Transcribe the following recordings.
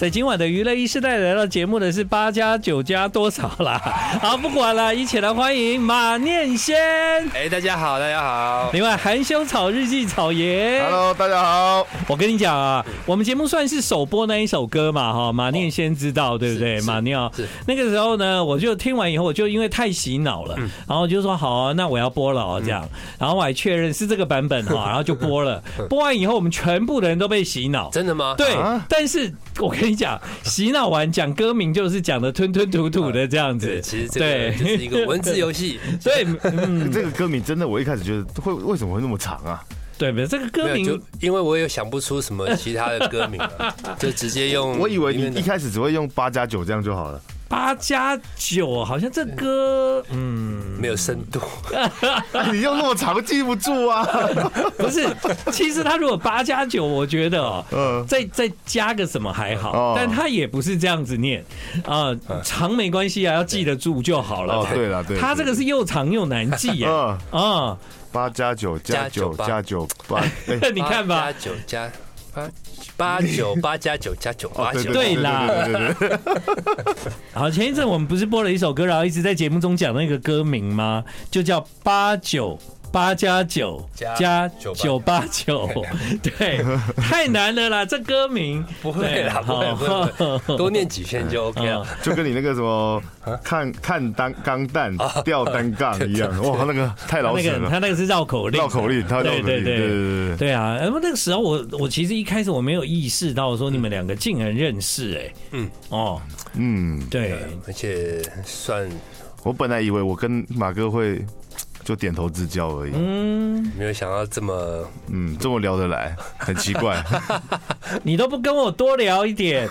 在今晚的娱乐一时代来到节目的是八加九加多少啦？ 好，不管了，一起来欢迎马念先。哎，大家好，大家好。另外，含羞草日记草爷 Hello，大家好。我跟你讲啊，我们节目算是首播那一首歌嘛，哈，马念先知道，对不对？是马尿是那个时候呢，我就听完以后，我就因为太洗脑嗯了，然后就说好啊，那我要播了哦，这样，然后我还确认是这个版本哈，然后就播 了。嗯播完以后，我们全部的人都被洗脑。真的吗？对啊，但是我跟你讲，洗脑完讲歌名就是讲的吞吞吐吐的这样对，子，其实这个就是一个文字 游戏。对嗯这个歌名真的，我一开始觉得会为什么会那么长啊？对，没有这个歌没有，名就因为我有想不出什么其他的歌名 了，就直接用。我以为里面你的一开始只会用八加九这样就好了。八加九，好像这歌嗯。没有深度，哎你用那么长记不住啊？不是，其实他如果八加九，我觉得哦，嗯再再加个什么还好哦，嗯但他也不是这样子念啊，长没关系啊，要记得住就好了哦。，对了，对，他这个是又长又难记呀，嗯，啊， 八加九加九加九八，哎，你看吧八，九加八八 九八加九加九八九，对啦哦对对对，好，前一阵我们不是播了一首歌，然后一直在节目中讲那个歌名吗？就叫八九。八加九加加九九八九， 对，太难了啦，这歌名不会啦，对不会不好嗯会，不会多念几 圈就 OK 啊了。就跟你那个什么看看单钢弹吊单杠一样，哇，那个太老那扯个了，他那个是绕口令，绕口令，他绕对口令，对对对。对对对。对啊，那么那个时候我我其实一开始我没有意识到说你们两个竟然认识哎、嗯嗯哦嗯，对，而且算我本来以为我跟马哥会就点头之交而已，嗯，没有想到这么嗯，这么聊得来，很奇怪。你都不跟我多聊一 点，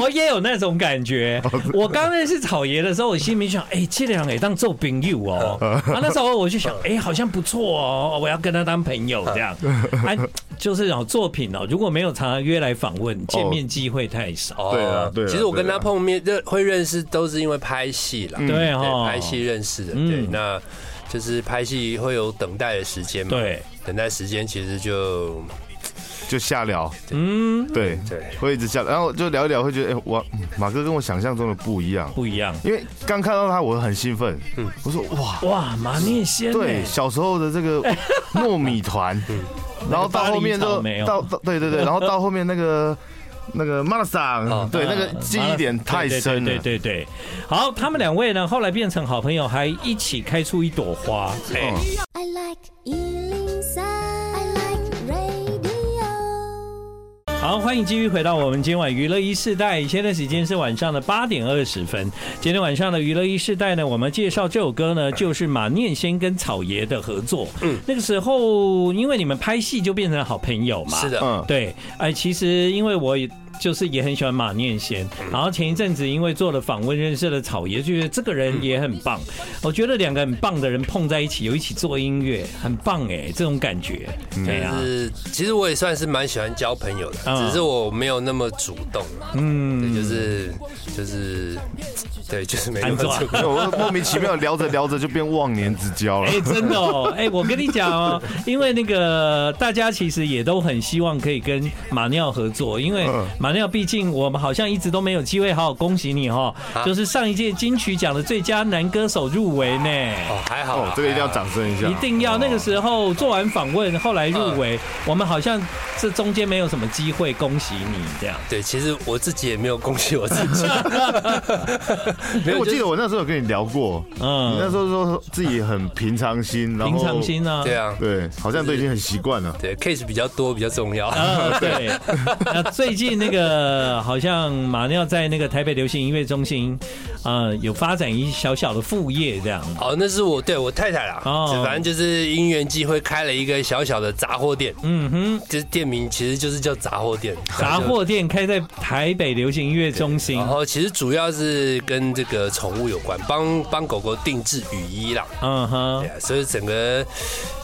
我也有那种感觉。我刚认识草爷的时候，我心里想，哎、这两个当做朋友哦， 啊那时候我就想，哎、好像不错哦，我要跟他当朋友这 样。哎、就是哦，作品哦，如果没有常常约来访问，见面机会太少。哦对啊对啊其实我跟对啊他碰面认会认识，都是因为拍戏啦，对对，哦，拍戏认识的，嗯对，那就是拍戏会有等待的时间嘛，，对，等待时间其实就就瞎聊，嗯，对对 会一直瞎聊，然后就聊一聊，会觉得哎、我马哥跟我想象中的不一样，不一样。因为刚看到他我很兴奋，我说哇，哇，马念先对，呢？小时候的这 个糯米团，然后到后面那个巴黎草莓就哦到到对对对，然后到后面那个。那个马拉哦桑，对，那个啊记忆点太深对了。对对对对好，他们两位呢，后来变成好朋友，还一起开出一朵花。哎、 I like Ealing Sound. I like radio. 好，欢迎继续回到我们今晚娱乐一世代，现在时间是晚上的八点二十分。今天晚上的娱乐一世代呢，我们介绍这首歌呢，就是马念先跟草爷的合作。嗯，那个时候因为你们拍戏就变成好朋友嘛。是的，嗯，对，哎，其实因为我也就是也很喜欢马念先，嗯然后前一阵子因为做了访问认识了草爷，就觉得这个人也很棒。我觉得两个很棒的人碰在一起，有一起做音乐，很棒哎，这种感觉。对啊就，是其实我也算是蛮喜欢交朋友的，嗯只是我没有那么主动啦，对，嗯，就是就是对，就是没那安么坐主动。对我莫名其妙聊着聊着就变忘年之交了 哎、。真的哦，哎、我跟你讲哦，因为那个大家其实也都很希望可以跟马尿合作，因为嗯马尿毕竟我们好像一直都没有机会好好恭喜你哈、哦，啊就是上一届金曲奖的最佳男歌手入围呢。哦，还好哦啦，，这个一定要还好掌声一下。一定要那个时候做完访问，后来入围，嗯我们好像这中间没有什么机会恭喜你这样。对，其实我自己也没有恭喜我自 己，没哎，有，我就记 是得我那时候有跟你聊过，你那嗯，时候说自己很平常心，然后平常心啊，对啊，对，好像都已经很习惯了。对，case 比较多比较重要，呃，对。那最近那个好像马上要在那个台北流行音乐中心，呃，有发展一小小的副业这样。哦，那是我对我太太啦，哦反正就是因缘际会开了一个小小的杂货店，嗯哼，就是店名其实就是叫杂货店，杂货店开在台北流行音乐中心然。后其实主要是跟这个宠物有关，帮帮狗狗定制雨衣啦，嗯对哼，啊，所以整个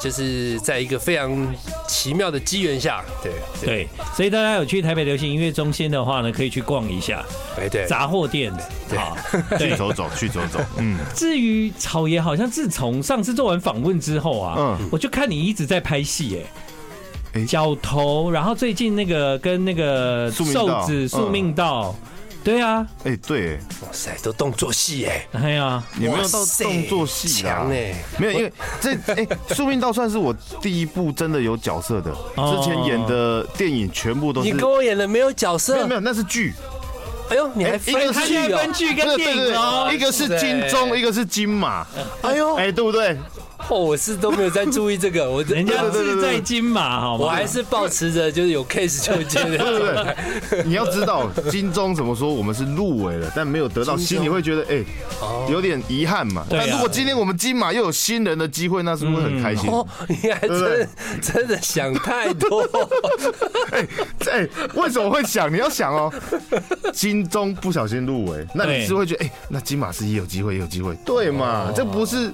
就是在一个非常奇妙的机缘下，对对，所以大家有去台北流行音乐中心的话呢，可以去逛一下哎对，杂货店。好，对去。走走，去走 走，嗯至于草爷，好像自从上次做完访问之后啊，嗯我就看你一直在拍戏，哎，诶角头，然后最近那个跟那个宿命道瘦子宿命道，对啊，哎、对，哇塞，都动作戏哎，哎呀，也没有哇到塞动作戏啦强哎，没有，因为这哎，宿命道算是我第一部真的有角色的，哦之前演的电影全部都你是。跟我演的没有角没有色嗯没，有，那是剧，哎呦，你还哎一分个是他现剧在哦分，剧对跟对电影对哦，一个是金钟，一个是金马，哎呦，哎，对不对？哦，我是都没有在注意这个，我人人家对对对志在金马，好我吗？还是保持着就是有 case 就接的对状态。不对？你要知道金钟怎么说，我们是入围了，但没有得金钟到，哦心里会觉得哎、有点遗憾嘛。对啊但如果今天我们金马又有新人的机会，那是不是很开心？哦，你还对不对真真的想太 多，哎 哎、为什么会想？你要想哦，金钟不小心入围，那你对是会觉得哎、那金马是也有机会，也有机会，对嘛？这不是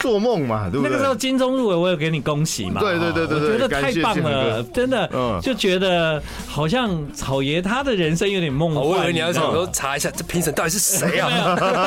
做梦嘛，对不那个对？时候金钟入围，我有给你恭喜嘛？对对对对对我觉得感太谢棒建恒了，真的嗯就觉得好像草爷他的人生有点梦哦幻。我以为你要啊知道想吗 说查一下这评审到底是谁啊？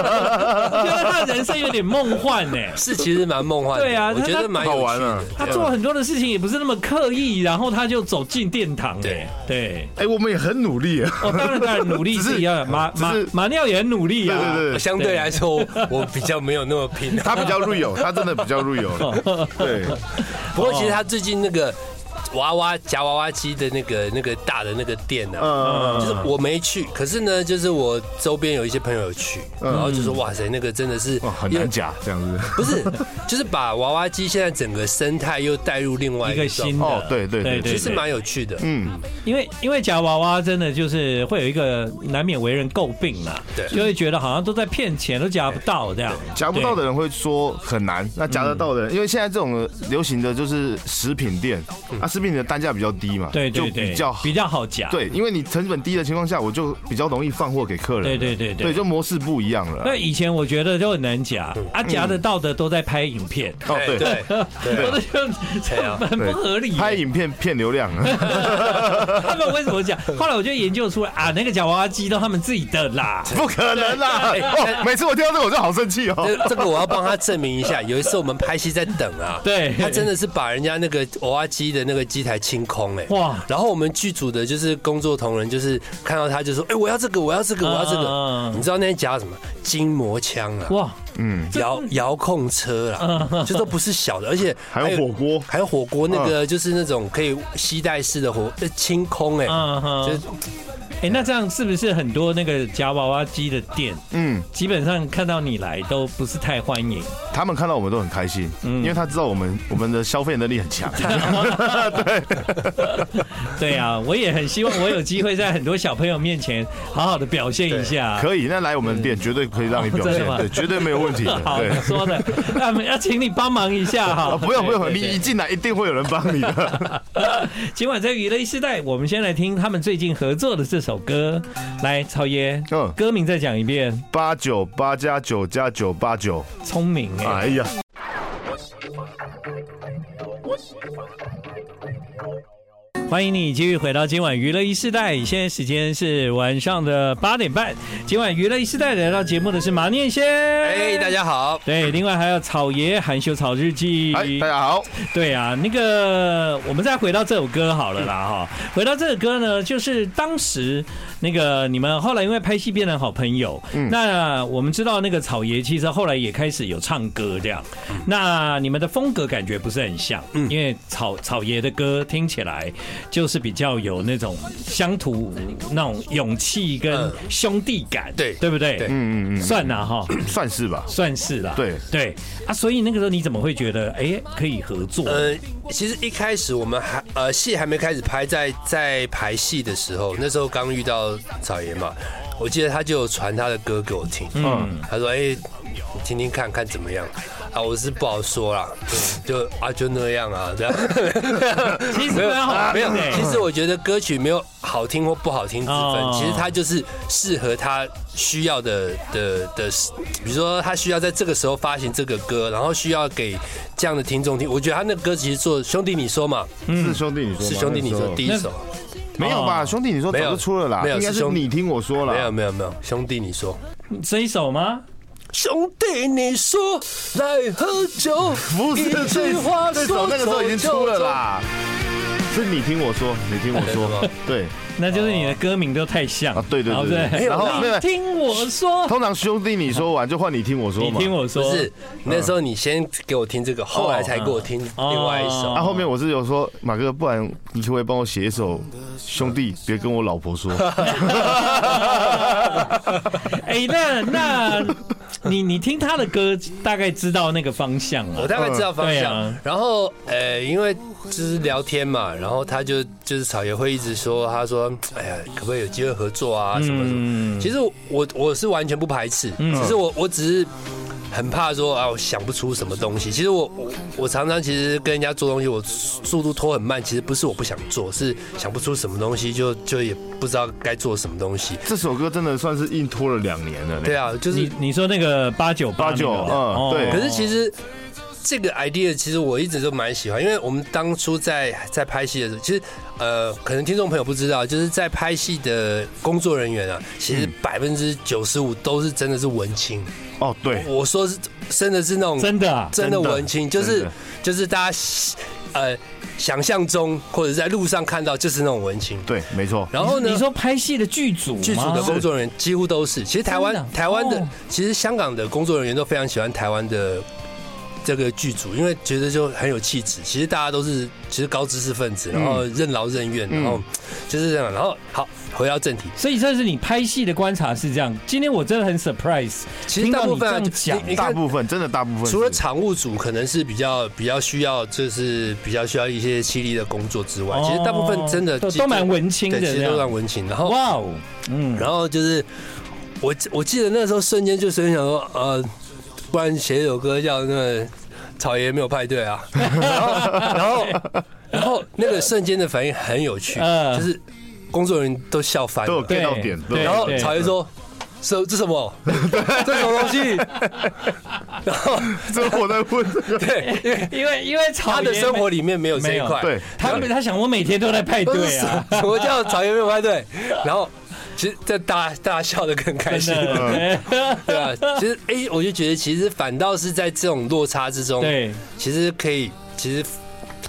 觉得他的人生有点梦幻呢、是其实蛮梦幻的，对啊我觉他得蛮好有玩趣啊的。他做很多的事情也不是那么刻意，然后他就走进殿堂、对欸。对哎、我们也很努力啊。哦，当然当然努力只是是一样的，马只马是马尿也很努力啊。 对对对相对来说，我比较没有那么 拼。他比较 real，他真的比较哦 real。对，不过其实他最近那个娃娃夹娃娃机的那个那个大的那个店呢、啊。嗯，就是我没去，可是呢，就是我周边有一些朋友有去，然后就说哇塞，那个真的是嗯哦哇，很因为难假这样子。不是， 就是把娃娃机现在整个生态又带入另外一一个个状新态的哦对对对其实蛮有趣的。嗯，因为因为夹娃娃真的就是会有一个难免为人诟病啦，对就会觉得好像都在骗钱，都夹不到这样，夹不到的人会说很难，那夹得到嗯的人，因为现在这种流行的就是食品店，啊，食品的单价比较低嘛，嗯对，对对就对，比较好。比较好夹，对，因为你成本低的情况下，我就比较容易放货给客人。对对对对对，就模式不一样了。那以前我觉得就很难夹，啊，夹得到的都在拍影片，哦，哎对，啊 对，我都觉得很不合理耶。拍影 片骗流量， 他们为什么讲？后来我就研究出来啊，那个夹娃娃机都他们自己的啦。不可能啦！哦，每次我听到这个我就好生气哦。这这个我要帮他证明一下。有一次我们拍戏在等啊， 对他真的是把人家那个娃娃机的那个机台清空哎、哇哇！然后我们剧组的就是工作同仁，就是看到他就说，哎、我要这个，我要这个，我要这嗯嗯个。嗯你知道那天夹什么？筋膜枪啊，哇，遥遥控车啊啦，这都不是小的，而且还有火锅嗯还有火锅那个就是那种可以吸带式的火呃清空哎、嗯哼，就是哎、那这样是不是很多那个夹娃娃机的店，嗯，基本上看到你来都不是太欢 迎？他们看到我们都很开心，嗯因为他知道我们我们的消费能力很 强。啊对啊，我也很希望我有机会在很多小朋友面前好好的表现一下。可以，那来我们店绝对可以让你表真现的吗，对，绝对没有问题的。好，对你，说的，那么要请你帮忙一下哈。啊，不用不用，对你对对一进来一定会有人帮你的。 今晚在娱乐一时代，我们先来听他们最近合作的这首歌。来，超爷，嗯歌名再讲一遍，八九八加九加九八九，聪明哎、哎呀，欢迎你继续回到今晚娱乐一世代，现在时间是晚上的八点半。今晚娱乐一世代来到节目的是马念先，哎、大。家好，对，另外还有草爷含羞草日记。哎，大家好，对啊，那个我们再回到这首歌好了啦哈。回到这首歌呢，就是当时那个你们后来因为拍戏变成好朋友，那我们知道那个草爷其实后来也开始有唱歌这样。那你们的风格感觉不是很像，因为草草爷的歌听起来就是比较有那种乡土那种勇气跟嗯兄弟感，对对不对？对嗯嗯嗯，算啦哈。算是吧。算是啦，对对啊，所以那个时候你怎么会觉得哎、可以合作？呃，其实一开始我们还呃戏还没开始拍，在在排戏的时候，那时候刚遇到草爷嘛，我记得他就有传他的歌给我听，嗯嗯，他说哎、你听听看看怎么样啊？我是不好说啦，就啊就那样啊，这样。 其实蛮好没听有的，，其实我觉得歌曲没有好听或不好听之哦分，其实它就是适合他需要的的的，比如说他需要在这个时候发行这个歌，然后需要给这样的听众听。我觉得他那个歌其实做兄弟你说嘛，是兄弟你说吗，是兄弟你那时说候第一首，没有嗯吧？哦兄弟你说早没有就出了啦，没有应该是是兄你听我说没有啦。没有没有，兄弟你说，这一首吗？兄弟你说来喝酒，不是一句这话这首那个时候已经出了啦，是你听我说，你听我说对，对那就是你的歌名都太像啊，对对然后对对，然后没有没有你，听我说，通常兄弟你说完就换你听我说你嘛，听我说，不是那时候你先给我听这个，后来才给我听哦另外一首哦。啊，后面我是有说马哥，不然你可不可以帮我写一首《兄弟别跟我老婆说》 哎、那那你你听他的歌，大概知道那个方向啊我了。大概知道方对向啊，然后呃，因为就是聊天嘛，然后他就就是草爷会一直说，他说，哎呀，可不可以有机会合作啊，什么什么。嗯，其实我我是完全不排斥，只是我我只是很怕说啊，我想不出什么东西。其实我我我常常其实跟人家做东西，我速度拖很慢，其实不是我不想做，是想不出什么东西，就就也不知道该做什么东西。这首歌真的算是硬拖了两年了。对，啊，就是你你说那个八九八89那个哦嗯对可是其实这个 idea 其实我一直都蛮喜欢，因为我们当初在在拍戏的时候，其实呃，可能听众朋友不知道，就是在拍戏的工作人员啊，其实百分之九十五都是真的是文青。哦对，我说是真的是那种真的啊，真的文青，就真的是真的就是大家呃想象中或者在路上看到就是那种文青。对，没错，然后呢？你说拍戏的剧组吗剧组的工作人员几乎都是。其实台真湾的台湾的哦，其实香港的工作人员都非常喜欢台湾的这个剧组，因为觉得就很有气质。其实大家都是其实高知识分嗯子，然后任劳任怨，然后就是这样。然后好，回到正题，所以这是你拍戏的观察是这样。今天我真的很 surprise，其实听到大部你分啊这样讲你你大看。部分真的大部分是除了场务组可能是比较比较需要，就是比较需要一些犀利的工作之外，其实大部分真的哦都其实都蛮文青的对，其这实都蛮样。文情。然后哇哦，嗯，然后就是我记我记得那时候瞬间就瞬间想说，呃，不然写一首歌叫那个草爷没有派对啊，然后然后然后那个瞬间的反应很有趣，嗯就是工作人员都笑翻都有了，对 get 到点，对然然后后草爷说。这这什么？这什么东西？ 然后 这我在问这个，对， 因为因为因为草他的爷生活里面没有这一块，对，他他想我每天都在派不对是啊，什么叫草原没有派对？然后其实这大家大家笑得更开 真心，的， 对啊，其实哎、我就觉得其实反倒是在这种落差之中，，对。其实可以，其实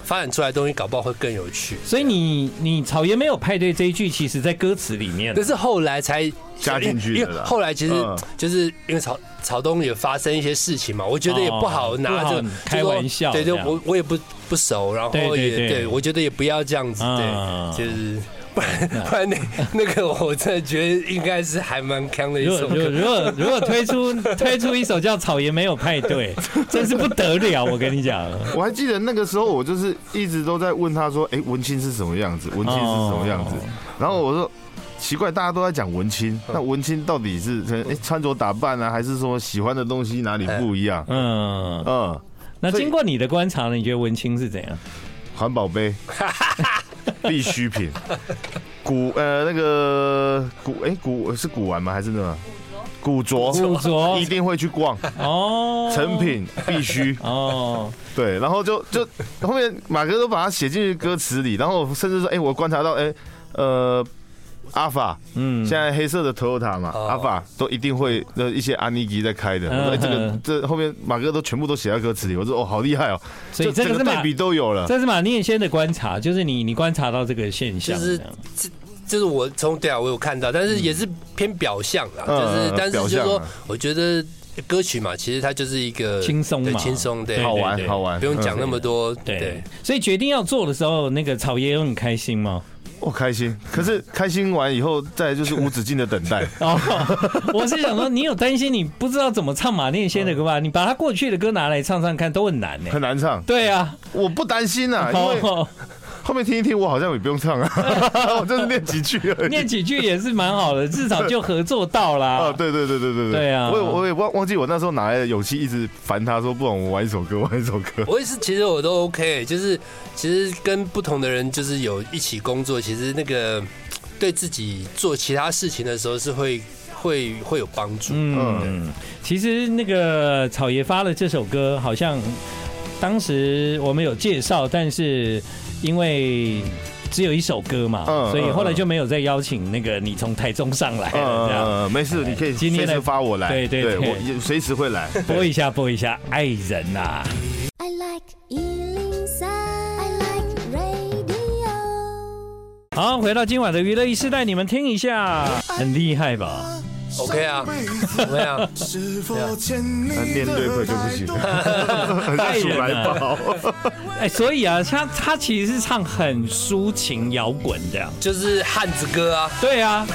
发展出来的东西搞不好会更有趣。所以你你草原没有派对这一句，其实在歌词里面啊但是后来才加进去的啦因为后来其实嗯就是因为曹曹东也发生一些事情嘛，我觉得也不好拿哦着不好开玩笑对，就这样我我也不不熟，然后对对也对我觉得也不要这样子，嗯对，就是。不 然不然那 那个我真的觉得应该是还蛮强的一如首果如果歌，如果如果推出 推出一首叫《草原没有派对》，真是不得了，我跟你讲。 我还记得那个时候，我就是一直都在问他说：“哎、文青是什么样子？文青是什么样子哦？”嗯然后我说：“奇怪，大家都在讲文青，那文青到底是可能、诶穿着打扮啊，还是说喜欢的东西哪里不一样嗯？”，嗯，那所以经过你的观察呢，你觉得文青是怎样？环 保杯必需品，古呃那个古哎、古是古玩吗？还是那个古着？古着一 定会去逛，哦，成品必须。哦，对，然后就就后面马哥都把它写进去歌词里，然后甚至说，哎、我观察到，哎、呃，阿法，嗯，现在黑色的 Toyota 嘛，哦阿法都一定会呃一些阿尼基在开的，嗯我说哎这个嗯这后面马哥都全部都写在歌词里，我说哦，好厉害哦，所以就这个整是个马对比都有了，这是马念先的观察，就是你你观察到这个现象，就是这样就是我从对啊，我有看到，但是也是偏表象啦，嗯就是嗯但是表就是象说啊，我觉得歌曲嘛，其实它就是一个轻松对嘛轻松对，对好对玩对好玩，不用讲嗯那么多，对对。。所以决定要做的时候，那个草爷有很开心吗？我开心，可是开心完以后，再 来就是无止境的等待，哦， 我是想说，你有担心你不知道怎么唱马念先的歌吧？你把他过去的歌拿来唱唱看，都很难呢。嗯很难唱，对啊，我不担 心啊，因为 哦，后面听一听，我好像也不用唱 啊，我就是念几句而已。念几句也是蛮好的，至少就合作到啊， 啦。对对对对对对啊我也我也忘忘记我那时候哪来的勇气，一直烦他说，不然我们玩一首歌，玩一 首歌。我也是，其实我都 OK，就是其实跟不同的人就是有一起工作，其实那个对自己做其他事情的时候是会会会有帮助。嗯，其实那个草爷发了这首歌，好像当时我们有介绍，但是因为。只有一首歌嘛，嗯所以嗯后来就没有再邀请那个你从台中上来了，啊这样哎嗯，没事，你可以今天随的时发我来，对对对我也随时会来。播一下播一下，爱人呐、啊 I like Ealing Sound. I like radio. 好，回到今晚的娱乐一时代，你们听一下，很厉害吧？ OK 啊，哎怎么样？是否欠你但念对口就不行， 很像啊鼠来宝。 哎、所以啊，他他其实是唱很抒情摇滚这样。就是汉子哥啊，对啊，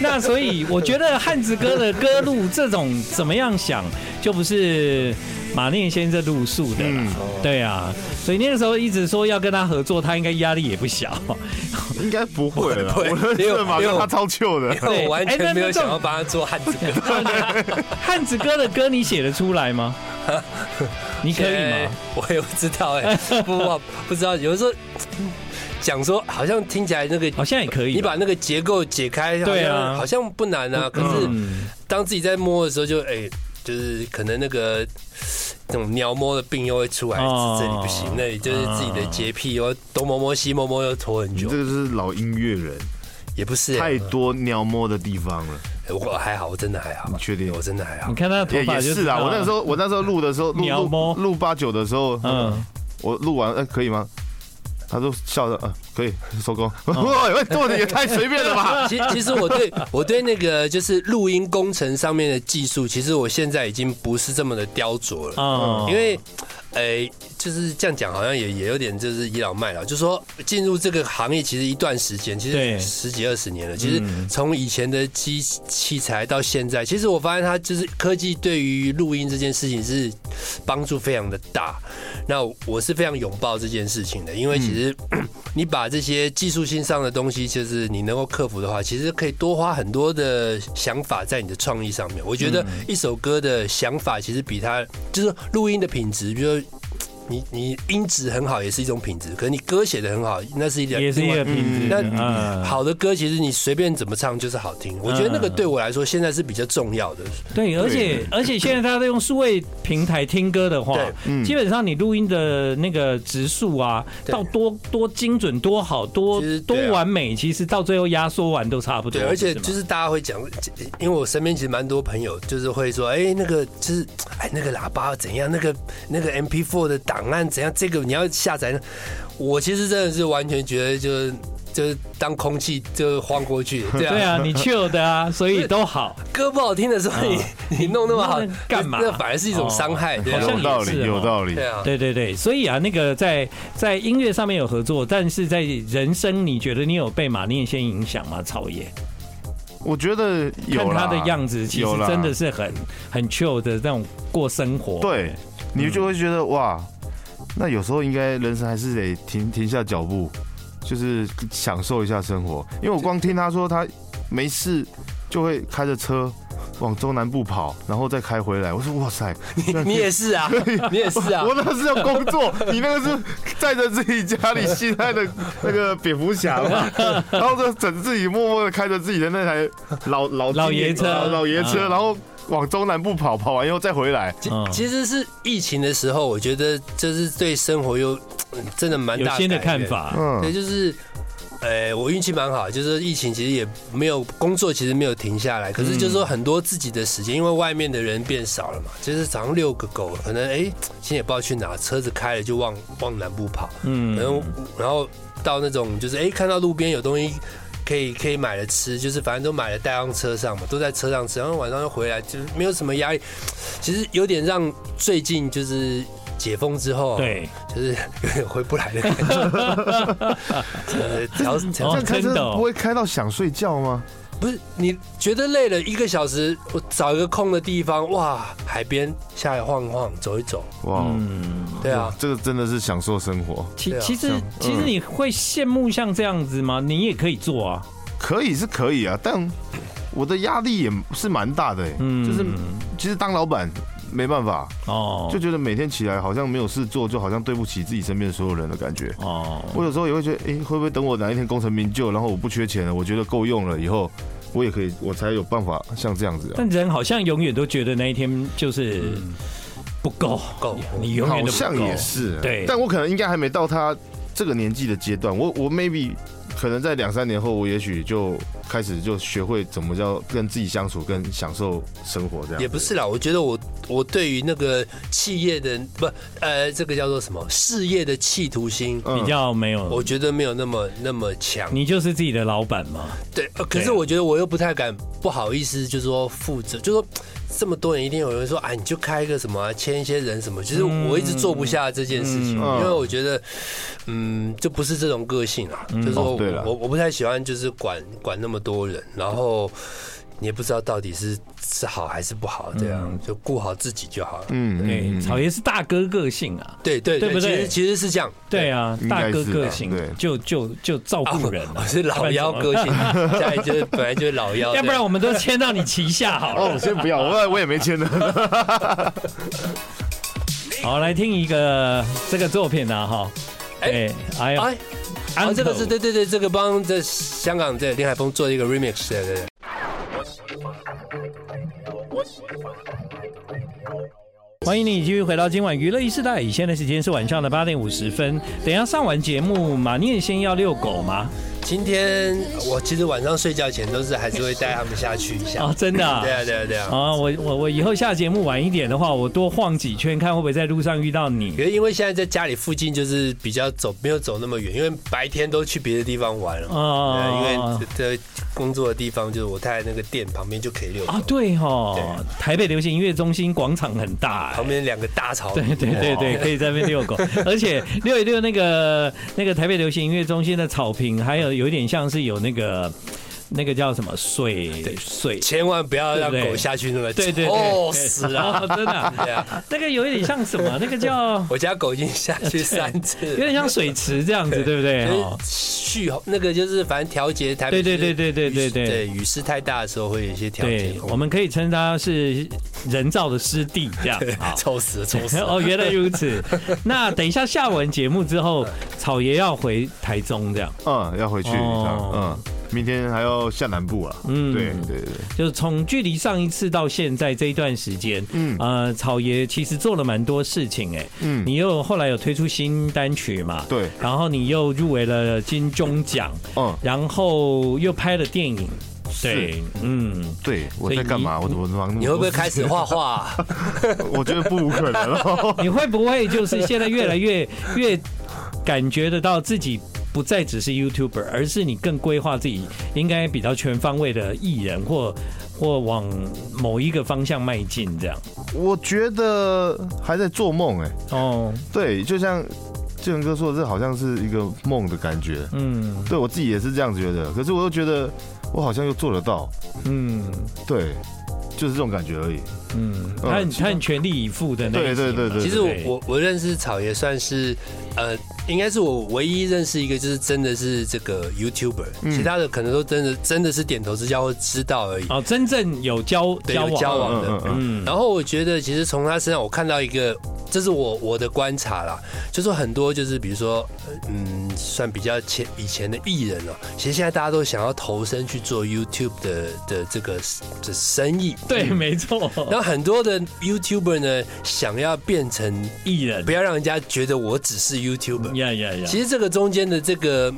那所以我觉得汉子哥的歌路这种怎么样想，就不是马念先这路数的嗯啦。对啊，所以那个时候一直说要跟他合作，他应该压力也不小。应该不会了，不会我觉得马因为上我他超旧的。因为我完哎那全没有那种想要帮他做汉子哥。汉子哥的歌你写得出来 吗？你可以哎吗？ 我也不知道 哎、不不不知道，有的时候讲说好像听起来那个好像也可以吧。你把那个结构解开，好像对啊好像不难啊。可是当自己在摸的时候就，哎，就是可能那个那种鸟摸的病又会出来，哦这里不行，那里就是自己的洁癖，又东摸摸西摸摸，又拖很你久这，个就是老音乐人，也不是、太哎多鸟摸的地方了。我我还好，我真的还好，你确定我真的还好你。看他的也头发也就是知道啊，了我那时候我那时候录的时候，录鸟摸录录八九的时候，嗯，我录完，呃，可以吗？他都笑着，呃，可以收工。嗯 哇，做的也太随便了 吧！其其实我对我对那个就是录音工程上面的技术，其实我现在已经不是这么的雕琢了。嗯因为，诶、就是这样讲，好像也也有点就是倚老卖老，就说进入这个行业其实一段时间，其对实十几二十年了。其实从以前的机器材到现在，其实我发现它就是科技对于录音这件事情是帮助非常的大。那我是非常拥抱这件事情的，因为其实你把这些技术性上的东西，就是你能够克服的话，其实可以多花很多的想法在你的创意上面。我觉嗯得一首歌的想法，其实比它就是录音的品质，比如说。你你音质很好也是一种品质，可是你歌写的很好，那是一点也是一个品质。那嗯，好的歌，其实你随便怎么唱就是好听。我觉得那个对我来说现在是比较重要的。对，而且而且现在大家都用数位平台听歌的话对，嗯基本上你录音的那个植数啊，对到多多精准、多好、多其实对多啊完美，其实到最后压缩完都差不多。对，而且不是就吗是大家会讲，因为我身边其实蛮多朋友，就是会说，哎、那个就是，哎，那个喇叭怎样，那个那个 MP4 的档案怎样，这个你要下载。我其实真的是完全觉得就是。就是当空气就晃过去，对啊，对啊， 你 chill 的啊，所以都好。歌不好听的时候，你、你弄那么好那嗯那干嘛那那反而是一种伤害，对好像啊有也道理，是哦有道理对。啊，对对对，所以啊，那个在在音乐上面有合作，但是在人生，你觉得你有被马念先影响吗？草野，我觉得看有啦他的样子，其实有啦真的是很很 chill 的那种过生活。对，你就会觉得哇，那有时候应该人生还是得停停下脚步，就是享受一下生活。因为我光听他说他没事就会开着车往中南部跑，然后再开回来，我说哇塞， 你也是啊，你也是啊我，那是要工作， 你那个是载着自己家里心爱的那个蝙蝠侠 嘛，然后就整自己默默的开着自己的那台老老老爷车老老爷车，嗯然后往中南部跑，跑完以后再回来。其嗯其实是疫情的时候，我觉得就是对生活又真的蛮有大新的改看。变法。嗯对，，就是，呃，我运气蛮好，就是疫情其实也没有工作，其实没有停下来，可是就是说很多自己的时间，因为外面的人变少了嘛，就是早上遛个狗，可能哎、今天也不知道去哪，车子开了就往往南部跑，嗯然后然后到那种就是哎、看到路边有东西。可以可以买了吃，就是反正都买了带上车上嘛，都在车上吃，然后晚上又回来，就是没有什么压力。其实有点让最近就是解封之后，，对，就是有点回不来的感觉。呃，调这调哦样开真车的哦不会开到想睡觉吗？不是你觉得累了一个小时，我找一个空的地方，哇，海边下来晃一晃，走一走，哇，嗯对啊，这个真的是享受生活，其对啊其实像其实嗯你会羡慕像这样子吗？你也可以做啊。可以是可以啊，但我的压力也是蛮大的、欸，嗯就是其实当老板没办法，哦，就觉得每天起来好像没有事做，就好像对不起自己身边的所有人的感觉。哦，我有时候也会觉得，诶，会不会等我哪一天功成名就，然后我不缺钱了，我觉得够用了以后，我也可以，我才有办法像这样子、啊。但人好像永远都觉得那一天就是不够，够你永远好都不像够也是，啊对但我可能应该还没到他这个年纪的阶段，我我 maybe 可能在两三年后，我也许就开始就学会怎么叫跟自己相处，跟享受生活这样。也不是啦，我觉得我我对于那个企业的不呃，这个叫做什么事业的企图心，嗯比较没有，我觉得没有那么那么强。你就是自己的老板嘛。对，呃可对是啊我觉得我又不太敢，不好意思，就是说负责，就是说这么多人一定有人说，哎，你就开一个什么啊签一些人什么，其实我一直做不下这件事情，嗯因为我觉得，嗯，就不是这种个性啊，嗯就是哦说对了我我不太喜欢就是管管那么多人，然后。你也不知道到底是是好还是不好，这嗯样、就顾好自己就好了。嗯对，嗯，草爷是大哥个性啊。对对对不对其实其实是这样。 对啊应，该大哥是个啊性对就就就照顾人哦我啊，是老妖个 性，再来就是本来就是老妖，要不然我们都签到你旗下好了。 哦，先不要，我我也没签 的。好，来听一个这个作品啊，哈。哎哎，哎呀，哎，啊，这个是对对对，这个帮在香港在林海峰做一个 remix，对对对。欢迎你继续回到今晚娱乐一时代，现在时间是晚上的八点五十分。等一下上完节目，马念先要遛狗吗？今天我其实晚上睡觉前都是还是会带他们下去一下啊，。真的啊 对。啊对啊对啊。啊，我我我以后下节目晚一点的话，我多晃几圈，看会不会在路上遇到可你。是因为现在在家里附近，就是比较走没有走那么远，因为白天都去别的地方玩了。啊对，因为在工作的地方就是我太太那个店旁边就可以遛狗啊，，对哦，台北流行音乐中心广场很大、哎旁边两个大草对坪。对对对，可以在那边 遛狗，而且遛一遛那个那个台北流行音乐中心的草坪，还有有一点像是有那个那个叫什么水水。千万不要让对不对狗下去那个，对对对，臭死哦了！真的啊、对啊，那个有一点像什么？那个叫 我家狗已经下去三次有了。点像水池这样子，对不对？哦就是蓄洪那个就是反正调节台北市对对对对对对对雨对雨势太大的时候会有一些调节对，， 我们可以称它是人造的湿地这样对啊。臭死了臭死 了。哦，原来如此。那等一下下完节目之后，草爷要回台中，这样嗯，要回去一趟。哦嗯，明天还要下南部啊。嗯嗯，对对对，就是从距离上一次到现在这一段时间，嗯呃，草爷其实做了蛮多事情哎、嗯你又后来有推出新单曲嘛？对然后你又入围了金钟奖，嗯然后又拍了电影，对，嗯，对，我所以在干你嘛？我怎么忙那么多？你会不会开始画画 啊？我觉得不无可能哦了。你会不会就是现在越来越越感觉得到自己不再只是 YouTuber，而是你更规划自己应该比较全方位的艺人或或往某一个方向迈进这样？ 我觉得还在做梦哎、哦，对，就像志恒哥说的，这好像是一个梦的感觉。嗯对我自己也是这样觉得，可是我又觉得我好像又做得到，嗯对，就是这种感觉而已。嗯，他很他很全力以赴的那一对对型对嘛对其实我对我我认识草爷算是，呃，应该是我唯一认识一个就是真的是这个 YouTuber，、其嗯他的可能都真的真的是点头之交或知道而已，哦，真正有交对，交有往，交往嗯的。嗯嗯，嗯，然后我觉得，其实从他身上我看到一个，这是我我的观察啦，就是很多就是比如说，呃嗯，算比较前以前的艺人哦、其实现在大家都想要投身去做 YouTube 的的这个这生意，对，没错，然后很多的 YouTuber 呢，想要变成，艺人不，要让人家觉得我只是 YouTuber，呀呀呀，其实这个中间的这个。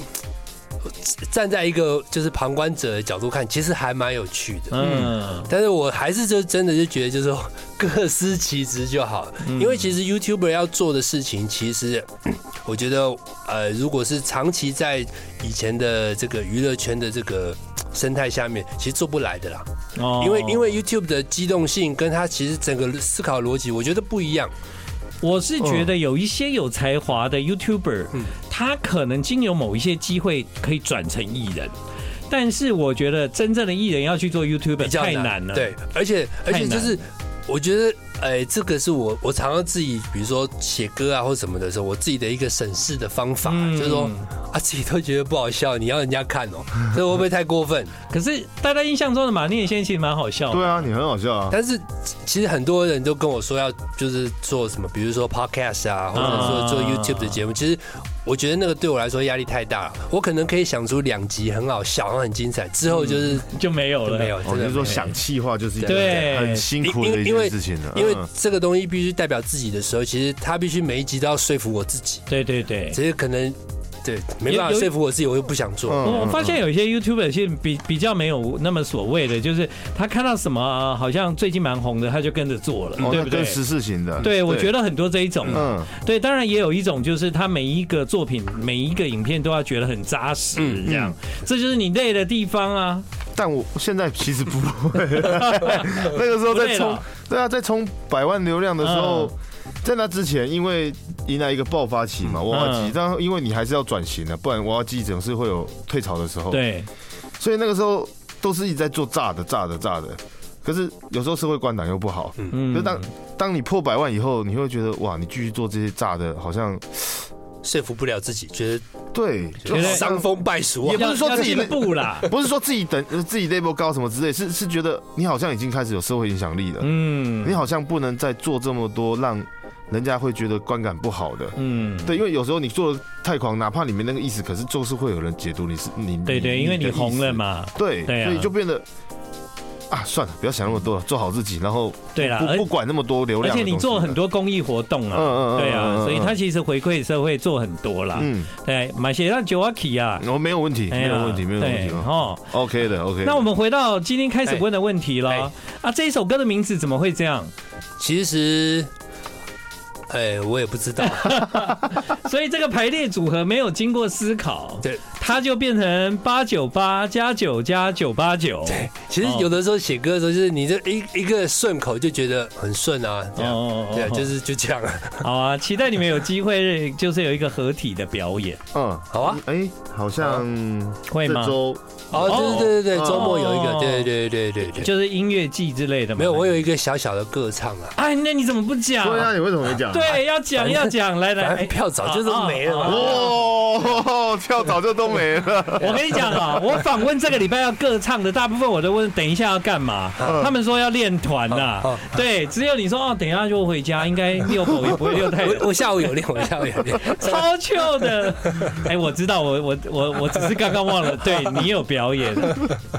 站在一个就是旁观者的角度看，其实还蛮有趣的。嗯但是我还是就真的就觉得，就是说各司其职就好了。因为其实 YouTuber 要做的事情，其实 我觉得，呃，如果是长期在以前的这个娱乐圈的这个生态下面，其实做不来的啦。哦因为因为 YouTube 的机动性跟它其实整个思考逻辑，我觉得不一样。我是觉得有一些有才华的 YouTuber，、嗯他可能经由某一些机会可以转成艺人，但是我觉得真正的艺人要去做 YouTuber 比较太难了。，对，而且而太且难就是，我觉得，哎、这个是我我常常自己，比如说写歌啊或什么的时候，我自己的一个审视的方法，嗯就是说啊，自己都觉得不好笑，你要人家看哦，这会不会太过分？可是大家印象中的马念先其实蛮好笑的。对啊，你很好 笑啊。但是其实很多人都跟我说要就是做什么，比如说 podcast 啊，或者说做啊 YouTube 的节目，其实。我觉得那个对我来说压力太大了，我可能可以想出两集很好笑、然后很精彩，之后就是就没有就了。没有，我真就的哦没是有说想气话就是一对件很辛苦的一件事情了。因为嗯这个东西必须代表自己的时候，其实他必须每一集都要说服我自己，嗯对对对，只是可能对，没办法有说服我自己，我又不想做。嗯我我发现有一些 YouTuber 现在比比较没有那么所谓的，就是他看到什么、呃好像最近蛮红的，他就跟着做了，哦，对那不对跟？时事型的，对，我觉，得很多这一种啊，嗯，对，当然也有一种就是他每一个作品、每一个影片都要觉得很扎实，嗯这样，这就是你累的地方啊。但我现在其实不会，那个时候不在累冲了，对啊，在冲百万流量的时候嗯，在那之前，因为迎来一个爆发期嘛，挖嗯机，但因为你还是要转型的，不然挖机总是会有退潮的时候，，对，所以那个时候都是一直在做炸的、炸的、炸的。可是有时候社会观感又不好，可嗯是当当你破百万以后，你会觉得哇，你继续做这些炸的，好像说服不了自己，觉对，觉得就好得像伤风败俗啊也。不是说要自己进累步 啦，不是说自己等呃自己 level 高什么之类，是是觉得你好像已经开始有社会影响力了，嗯，你好像不能再做这么多让人家会觉得观感不好的。嗯，对，因为有时候你做的太狂，哪怕里面那个意思，可是就是会有人解读你是你对对，因为你红了，嘛，的意思对，对啊所以就变得啊，算了，不要想那么多了，做好自己，然后对啦，不而不管那么多流而量的东且西了。你做很多公益活动嗯嗯啊，嗯对嗯啊，嗯所以他其实回馈社会做很多啦，嗯，对，买些让九阿 k 啊，我哦没有问题，哎没呀有问题，没有问题对哦。 ，OK 的，OK 的。那我们回到今天开始问的问题哎了哎啊，这一首歌的名字怎么会这样？其实，哎，我也不知 道。所以这个排列组合没有经过思考，对，它就变成八九八加九加九八九。对，其实有的时候写歌的时候，就是你这一一个顺口就觉得很顺啊，这样。哦对啊，就是就这样啊。 好啊！期待你们有机会，就是有一个合体的表演，嗯，好啊。哎，好像会这吗？周哦，对对对哦对，周末有一哦个，对对对对对对。就是音乐季之类的吗？没有，我有一个小小的歌唱啊，哎，那你怎么不讲？对啊，你为什么没讲？ 对，要讲反正要讲，来来反，正哎票啊早就都没了哦哦嘛。哇，哦跳早就都没了。我跟你讲 啊，我访问这个礼拜要歌唱的，大部分我都问等一下要干嘛，他们说要练团呐哦。对，只有你说哦，等一下就回家，应该遛狗也不会遛太我我下午有练，我下午有练。 超糗的。 哎、我知道，我我我我只是刚刚忘了，对你有表 演，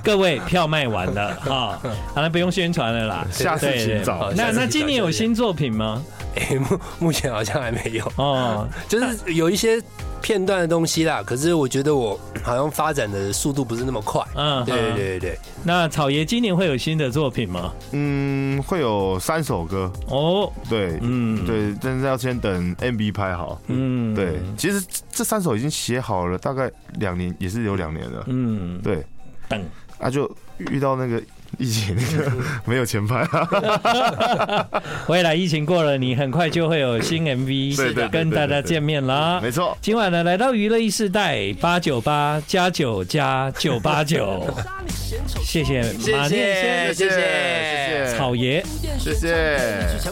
各位票卖完了哈，好了，不用宣传了啦。下次请找好那下次那请今找年就有是新作品吗？哎，目目前好像还没有，哦，就是有一些片段的东西啦。可是我觉得我好像发展的速度不是那么快。嗯，对对对对，那草爷今年会有新的作品吗？嗯，会有三首歌，哦，对，嗯，，对，但是要先等 MV 拍好。嗯对，，其实这这三首已经写好了，大概两年，也是有两年了。嗯，对，等啊，就遇到那个疫情，那个 没有钱拍啊。未来疫情过了，你很快就会有新 MV 对对对跟大家对对对见面啦。没错，今晚呢，来到娱乐一世代八九八加九加九八 九，谢谢马念先谢谢谢谢草爷。谢谢。